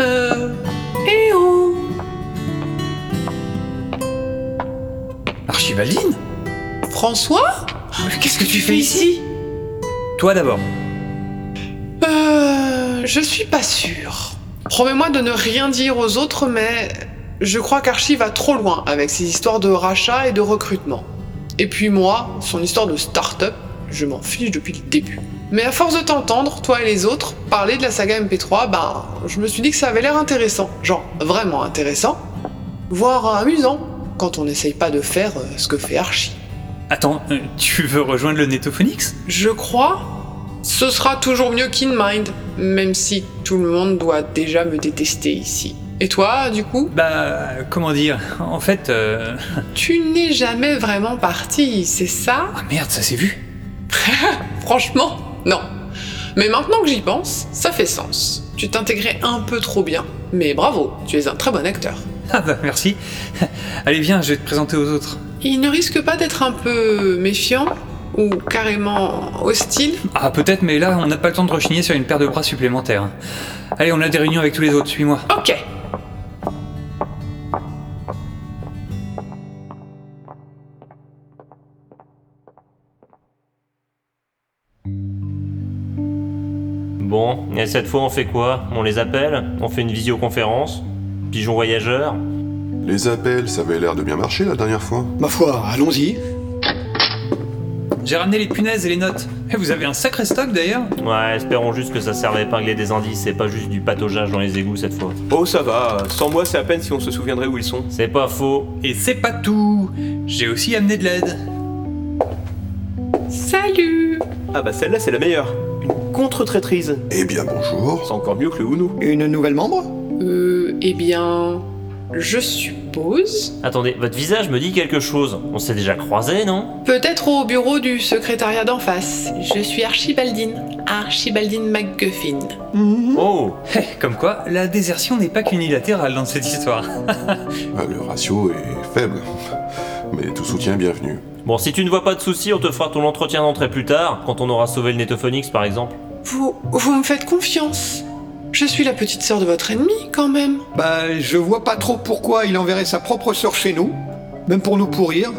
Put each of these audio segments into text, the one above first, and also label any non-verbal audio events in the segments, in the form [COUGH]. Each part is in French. Euh, Géraldine François Ah, Mais Qu'est-ce que tu fais ici Toi d'abord. Euh. Je suis pas sûre. Promets-moi de ne rien dire aux autres, mais. Je crois qu'Archie va trop loin avec ses histoires de rachat et de recrutement. Et puis moi, son histoire de start-up, je m'en fiche depuis le début. Mais à force de t'entendre, toi et les autres, parler de la saga MP3, ben, je me suis dit que ça avait l'air intéressant. Genre, vraiment intéressant. Voire amusant, quand on n'essaye pas de faire euh, ce que fait Archie. Attends, euh, tu veux rejoindre le Netophonix Je crois, ce sera toujours mieux qu'InMind, même si tout le monde doit déjà me détester ici. Et toi, du coup, Bah, comment dire En fait. euh, tu n'es jamais vraiment parti, c'est ça [LAUGHS] Ah merde, ça s'est vu Franchement, non. Mais maintenant que j'y pense, ça fait sens. Tu t'intégrais un peu trop bien. Mais bravo, tu es un très bon acteur. Ah bah merci. [LAUGHS] Allez, viens, je vais te présenter aux autres. Il ne risque pas d'être un peu méfiant ou carrément hostile Ah, peut-être, mais là, on n'a pas le temps de rechigner sur une paire de bras supplémentaires. Allez, on a des réunions avec tous les autres, suis-moi. Ok. Bon, et cette fois on fait quoi On les appelle On fait une visioconférence Pigeon voyageur Les appels, ça avait l'air de bien marcher la dernière fois. Ma foi, allons-y. J'ai ramené les punaises et les notes. Eh, vous avez un sacré stock d'ailleurs Ouais, espérons juste que ça serve à épingler des indices et pas juste du pataugeage dans les égouts cette fois. Oh, ça va. Sans moi, c'est à peine si on se souviendrait où ils sont. C'est pas faux. Et c'est pas tout J'ai aussi amené de l'aide. Salut Ah bah celle-là, c'est la meilleure. Une contre-traîtrise. Eh bien bonjour. C'est encore mieux que le Hounou. Une nouvelle membre Euh, eh bien. Je suppose. Attendez, votre visage me dit quelque chose. On s'est déjà croisé, non Peut-être au bureau du secrétariat d'en face. Je suis Archibaldine. Archibaldine McGuffin. Oh Hé, comme quoi, la désertion n'est pas qu'unilatérale dans cette histoire. Ah, le ratio est faible. [LAUGHS] Mais tout soutien est bienvenu. Bon, si tu ne vois pas de soucis, on te fera ton entretien d'entrée plus tard, quand on aura sauvé le Netophonix par exemple. Vous, vous me faites confiance. Je suis la petite sœur de votre ennemi, quand même. Bah, je vois pas trop pourquoi il enverrait sa propre sœur chez nous, même pour nous pourrir.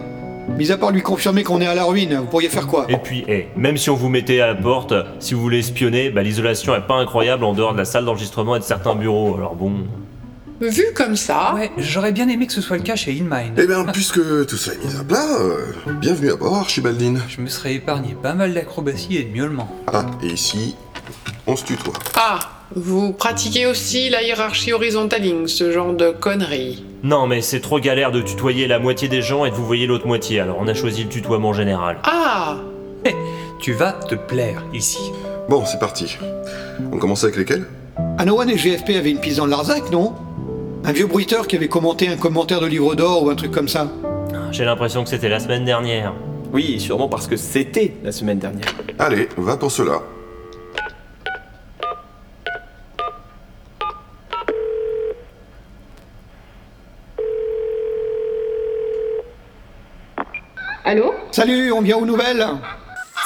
Mis à part lui confirmer qu'on est à la ruine, vous pourriez faire quoi Et puis, hé, même si on vous mettait à la porte, si vous voulez espionner, bah l'isolation est pas incroyable en dehors de la salle d'enregistrement et de certains bureaux, alors bon. Vu comme ça, Ouais, j'aurais bien aimé que ce soit le cas chez InMind. Eh bien, puisque tout ça est mis à plat, euh, bienvenue à bord, Archibaldine. Je me serais épargné pas mal d'acrobaties et de miaulements. Ah, et ici, on se tutoie. ah, vous pratiquez aussi la hiérarchie horizontaling, ce genre de conneries. Non, mais c'est trop galère de tutoyer la moitié des gens et de vous voyez l'autre moitié, alors on a choisi le tutoiement général. Ah, Tu vas te plaire ici. Bon, c'est parti. On commence avec lesquels Anowan et GFP avaient une piste dans le Larzac, non Un vieux bruiteur qui avait commenté un commentaire de livre d'or ou un truc comme ça. Ah, J'ai l'impression que c'était la semaine dernière. Oui, sûrement parce que c'était la semaine dernière. Allez, va pour cela. Allô Salut, on vient aux nouvelles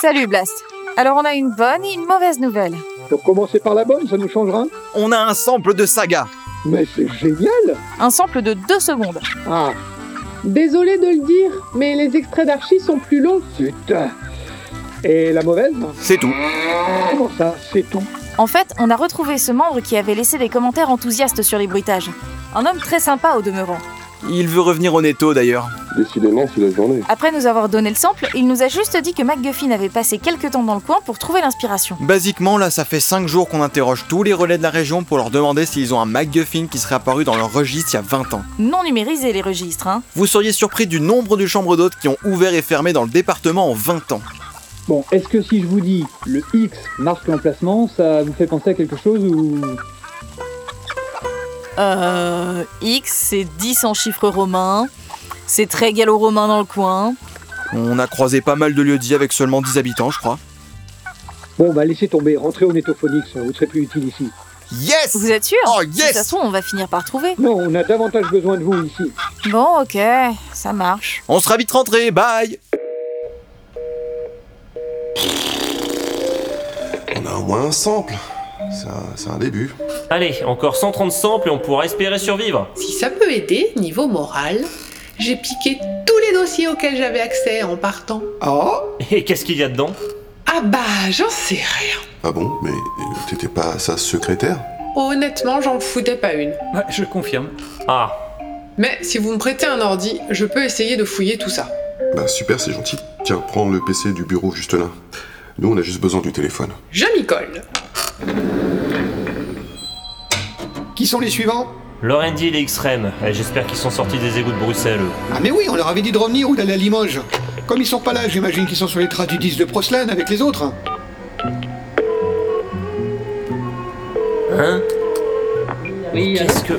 Salut Blast. Alors on a une bonne et une mauvaise nouvelle. Pour commencer par la bonne, ça nous changera On a un sample de saga. Mais c'est génial Un sample de 2 secondes. Ah, Désolé de le dire, mais les extraits d'archi sont plus longs. putain Et la mauvaise C'est tout. Comment ça, c'est tout En fait, on a retrouvé ce membre qui avait laissé des commentaires enthousiastes sur les bruitages. Un homme très sympa au demeurant. Il veut revenir au netto d'ailleurs. Décidément, c'est la journée. Après nous avoir donné le sample, il nous a juste dit que McGuffin avait passé quelques temps dans le coin pour trouver l'inspiration. Basiquement, là, ça fait 5 jours qu'on interroge tous les relais de la région pour leur demander s'ils ont un MacGuffin qui serait apparu dans leur registre il y a 20 ans. Non numérisé les registres, hein. Vous seriez surpris du nombre de chambres d'hôtes qui ont ouvert et fermé dans le département en 20 ans. Bon, est-ce que si je vous dis le X marque l'emplacement, ça vous fait penser à quelque chose ou... Euh. X, c'est 10 en chiffres romains. C'est très gallo-romain dans le coin. On a croisé pas mal de lieux-dits avec seulement 10 habitants, je crois. Bon, bah laissez tomber, rentrez au Netophonix, vous serez plus utile ici. Yes Vous êtes sûr Oh De toute yes façon, on va finir par trouver. Non, on a davantage besoin de vous ici. Bon, ok, ça marche. On sera vite rentré, bye On a au moins un sample. C'est un, c'est un début. Allez, encore 130 samples et on pourra espérer survivre. si ça peut aider, niveau moral, j'ai piqué tous les les dossiers auxquels j'avais accès en partant. Oh Et qu'est-ce qu'il y a dedans Ah bah, j'en sais rien. Ah bon Mais euh, t'étais pas sa secrétaire Honnêtement, j'en foutais pas une. Ouais, je confirme. Ah, Mais si vous me prêtez un ordi, je peux essayer de fouiller tout ça. Bah super, c'est gentil. Tiens, prends le PC du bureau juste là. Nous, on a juste besoin du téléphone. Je m'y colle. Qui sont les suivants le Randy et les X-Rem. Eh, J'espère qu'ils sont sortis des égouts de Bruxelles. eux. Ah mais oui, on leur avait dit de revenir ou d'aller à Limoges. Comme ils sont pas là, j'imagine qu'ils sont sur les traces du 10 de Proslan avec les autres. Hein Oui, euh, Qu'est-ce que.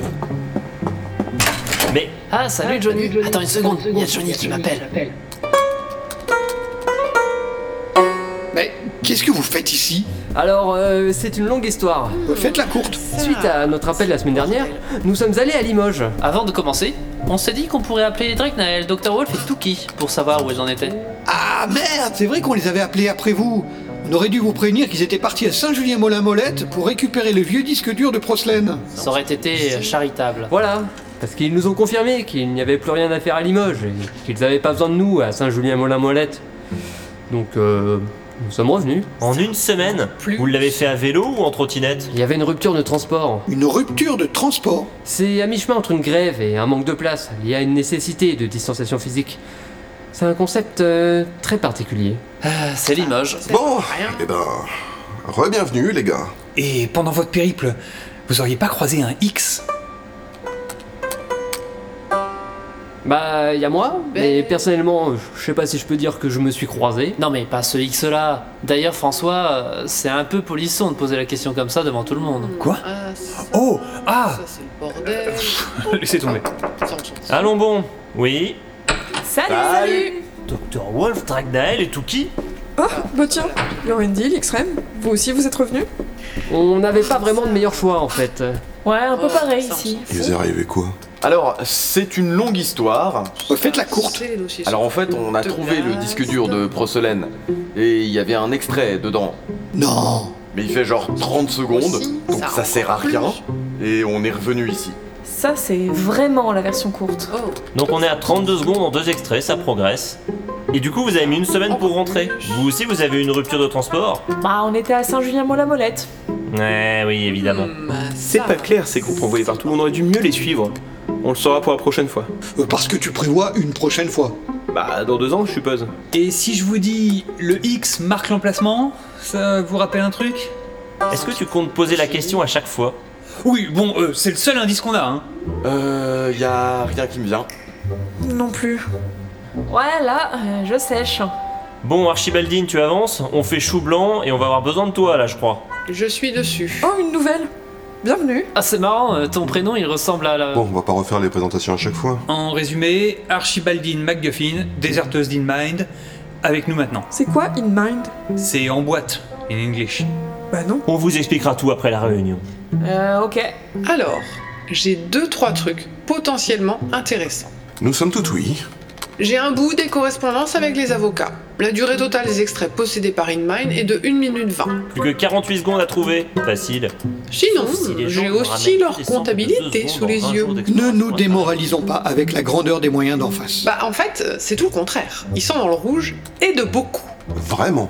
Mais. Ah, salut Johnny. Attends une seconde, il y a Johnny qui m'appelle. Mais qu'est-ce que vous faites ici Alors, euh, c'est une longue histoire. Faites la courte. Ah, Suite à notre appel la semaine dernière, nous sommes allés à Limoges. Avant de commencer, on s'est dit qu'on pourrait appeler Drakenael, Dr. Wolf et Tuki pour savoir où ils en étaient. Ah merde, c'est vrai qu'on les avait appelés après vous. On aurait dû vous prévenir qu'ils étaient partis à Saint-Julien-Molin-Molette pour récupérer le vieux disque dur de Proslène. Ça aurait été charitable. Voilà. Parce qu'ils nous ont confirmé qu'il n'y avait plus rien à faire à Limoges et qu'ils n'avaient pas besoin de nous à Saint-Julien-Molin-Molette. Donc, euh, nous sommes revenus. En une semaine Plus. Vous l'avez fait à vélo ou en trottinette Il y avait une rupture de transport. Une rupture de transport. C'est à mi-chemin entre une grève et un manque de place. Il y a une nécessité de distanciation physique. C'est un concept euh, très particulier. Euh, c'est Limoges. Bon, eh ben, re-bienvenue les gars. Et pendant votre périple, vous auriez pas croisé un X Bah, il y a moi, mais personnellement, je sais pas si je peux dire que je me suis croisé. Non, mais pas ce X là. D'ailleurs, François, euh, c'est un peu polisson de poser la question comme ça devant tout le monde. Quoi Ah, ça, Oh Ah ça, c'est le Euh, bordel. Laissez tomber. Ça, on s'en sort. Allons bon Oui. Salut, salut Dr. Wolf, Dragnael et Tuki Oh, bah tiens, Lorendil, Xrem, vous aussi vous êtes revenus On n'avait pas vraiment de meilleur choix en fait. Ouais, un peu pareil Ça, on ici. Ils est arrivé quoi Alors, c'est une longue histoire. s'en Faites la sort. courte. C'est les dossiers Alors en sur fait, on a de trouvé le place. disque dur de Procelaine. Et il y avait un extrait dedans. Non. Mais il fait genre 30 secondes, Aussi, donc ça ça sert à rend plus. rien. Et on est revenu ici. Ça, c'est vraiment la version courte. Oh, Donc on est à 32 secondes en deux extraits, ça progresse. Et du coup, vous avez mis une semaine pour rentrer. Vous aussi, vous avez eu une rupture de transport Bah, on était à Saint-Julien-Mont-la-Molette. Ouais, oui, évidemment. hmm, bah, C'est ça. pas clair ces groupes envoyés partout, on aurait dû mieux les suivre. On le saura pour la prochaine fois. Euh, Parce que tu prévois une prochaine fois. Bah, dans deux ans, je suppose. Et si je vous dis le X marque l'emplacement, ça vous rappelle un truc Est-ce que tu comptes poser la question à chaque fois Oui, bon, euh, c'est le seul indice qu'on a. Hein. Euh, y a rien qui me vient. Non plus. Ouais, là, euh, je sèche. Bon, Archibaldine, tu avances, on fait chou blanc et on va avoir besoin de toi là, je crois. Je suis dessus. Oh, une nouvelle Bienvenue Ah, c'est marrant, euh, ton prénom il ressemble à la. Euh. Bon, on va pas refaire les présentations à chaque fois. En résumé, Archibaldine McGuffin, déserteuse d'InMind, avec nous maintenant. C'est quoi In Mind C'est en boîte, in English. Bah non. On vous expliquera tout après la réunion. Euh, ok. Alors, j'ai deux, trois trucs potentiellement intéressants. Nous sommes tout oui. J'ai un bout des correspondances avec les avocats. La durée totale des extraits possédés par InMind est de 1 minute 20. Plus que 48 secondes à trouver. Facile. Sinon, Sauf si les gens j'ai nous aussi ramènent leur des centaines de comptabilité secondes sous dans les un yeux. jour d'expérience. Ne nous démoralisons pas avec la grandeur des moyens d'en face. Bah en fait, c'est tout le contraire. Ils sont dans le rouge et de beaucoup. Vraiment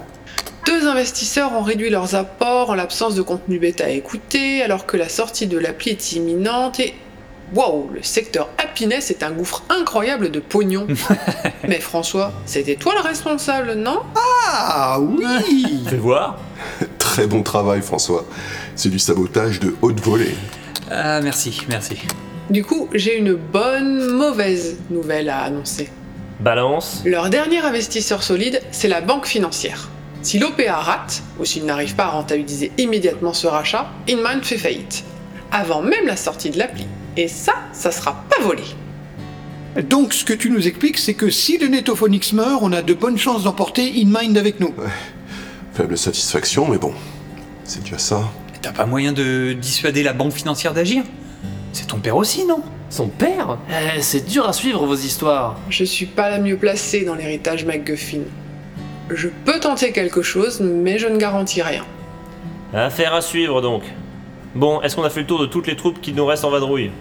Deux investisseurs ont réduit leurs apports en l'absence de contenu bêta à écouter, alors que la sortie de l'appli est imminente et... Waouh, le secteur happiness est un gouffre incroyable de [LAUGHS] pognon. Mais François, c'était toi le responsable, non Ah oui Fais voir. Très bon travail, François. C'est du sabotage de haute volée. Ah, merci, merci. Du coup, j'ai une bonne mauvaise nouvelle à annoncer. Balance. Leur dernier investisseur solide, c'est la banque financière. Si l'OPA rate, ou s'il n'arrive pas à rentabiliser immédiatement ce rachat, InMind fait faillite. Avant même la sortie de l'appli. Et ça, ça sera pas volé. Donc ce que tu nous expliques, c'est que si le Netophonix meurt, on a de bonnes chances d'emporter In Mind avec nous. Faible satisfaction, mais bon, c'est déjà ça. T'as pas moyen de dissuader la banque financière d'agir C'est ton père aussi, non Son père Eh, C'est dur à suivre vos histoires. Je suis pas la mieux placée dans l'héritage MacGuffin. Je peux tenter quelque chose, mais je ne garantis rien. Affaire à suivre donc. Bon, est-ce qu'on a fait le tour de toutes les troupes qui nous restent en vadrouille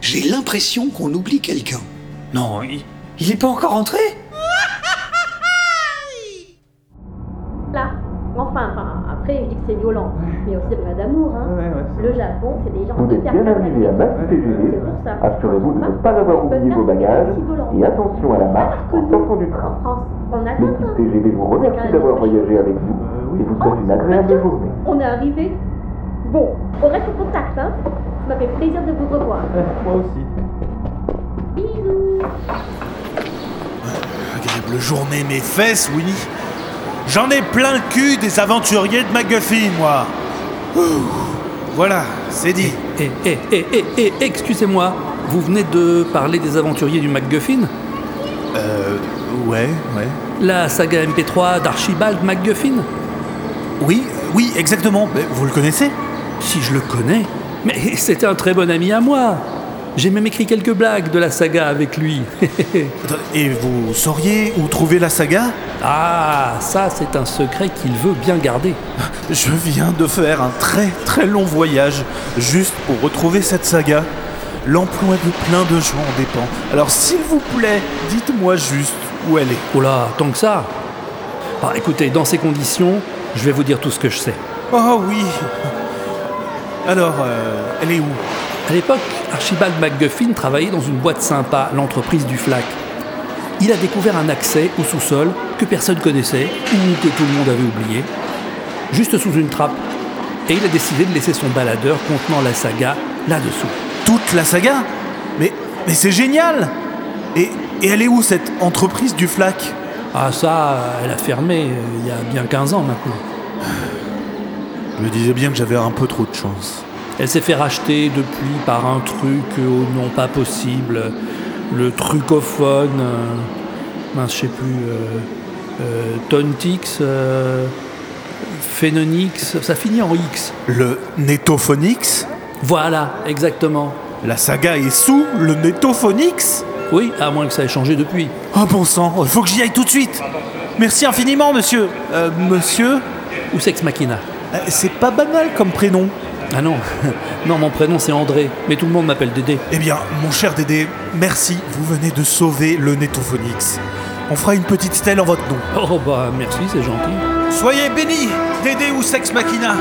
J'ai l'impression qu'on oublie quelqu'un. Non, il, Il est pas encore rentré Oh, Là, enfin, enfin, après, je dis que c'est violent, mais aussi pas d'amour, hein. le Japon, c'est des gens Vous êtes hyper bien invités à pragmatiques. Max TGV. Assurez-vous de ne pas avoir oublié vos bagages et attention à la marche en sortant du train. On a L'équipe TGV vous remercie d'avoir voyagé avec nous et vous souhaite une agréable journée. On est arrivé. Bon, on reste en contact, hein. Ça m'a fait plaisir de vous revoir. Moi aussi. Bisous. Agréable journée, mes fesses, Winnie. J'en ai plein le cul des aventuriers de McGuffin, moi. Ouh. Voilà, c'est dit. Eh, eh, eh, eh, eh, excusez-moi, vous venez de parler des aventuriers du MacGuffin Euh. Ouais, ouais. La saga MP3 d'Archibald MacGuffin Oui, oui, exactement. vous le connaissez Si je le connais Mais [LAUGHS] c'était un très bon ami à moi J'ai même écrit quelques blagues de la saga avec lui. [LAUGHS] Et vous sauriez où trouver la saga Ah, ça c'est un secret qu'il veut bien garder. Je viens de faire un très très long voyage juste pour retrouver cette saga. L'emploi de plein de gens en dépend. Alors s'il vous plaît, dites-moi juste où elle est. Oh là, tant que ça Bah, Écoutez, dans ces conditions, je vais vous dire tout ce que je sais. Oh oui Alors, euh, elle est où À l'époque, Archibald MacGuffin travaillait dans une boîte sympa, l'entreprise du FLAC. Il a découvert un accès au sous-sol que personne connaissait ou que tout le monde avait oublié, juste sous une trappe. Et il a décidé de laisser son baladeur contenant la saga là-dessous. Toute la saga Mais, mais c'est génial et, et elle est où cette entreprise du flac Ah ça, elle a fermé euh, il y a bien 15 ans maintenant. Je me disais bien que j'avais un peu trop de chance. Elle s'est fait racheter depuis par un truc au nom pas possible, le trucophone, euh, mince, je sais plus, euh, euh, Tontix, euh, Phénonix, ça finit en X. Le Netophonix Voilà, exactement. La saga est sous le Netophonix Oui, à moins que ça ait changé depuis. Oh bon sang, il faut que j'y aille tout de suite Merci infiniment, monsieur Euh, monsieur Ou Sex Machina C'est pas banal comme prénom. Ah non, [LAUGHS] non, mon prénom c'est André, mais tout le monde m'appelle Dédé. Eh bien, mon cher Dédé, merci, vous venez de sauver le Netophonix. On fera une petite stèle en votre nom. Oh bah merci, c'est gentil. Soyez bénis, Dédé ou Sex Machina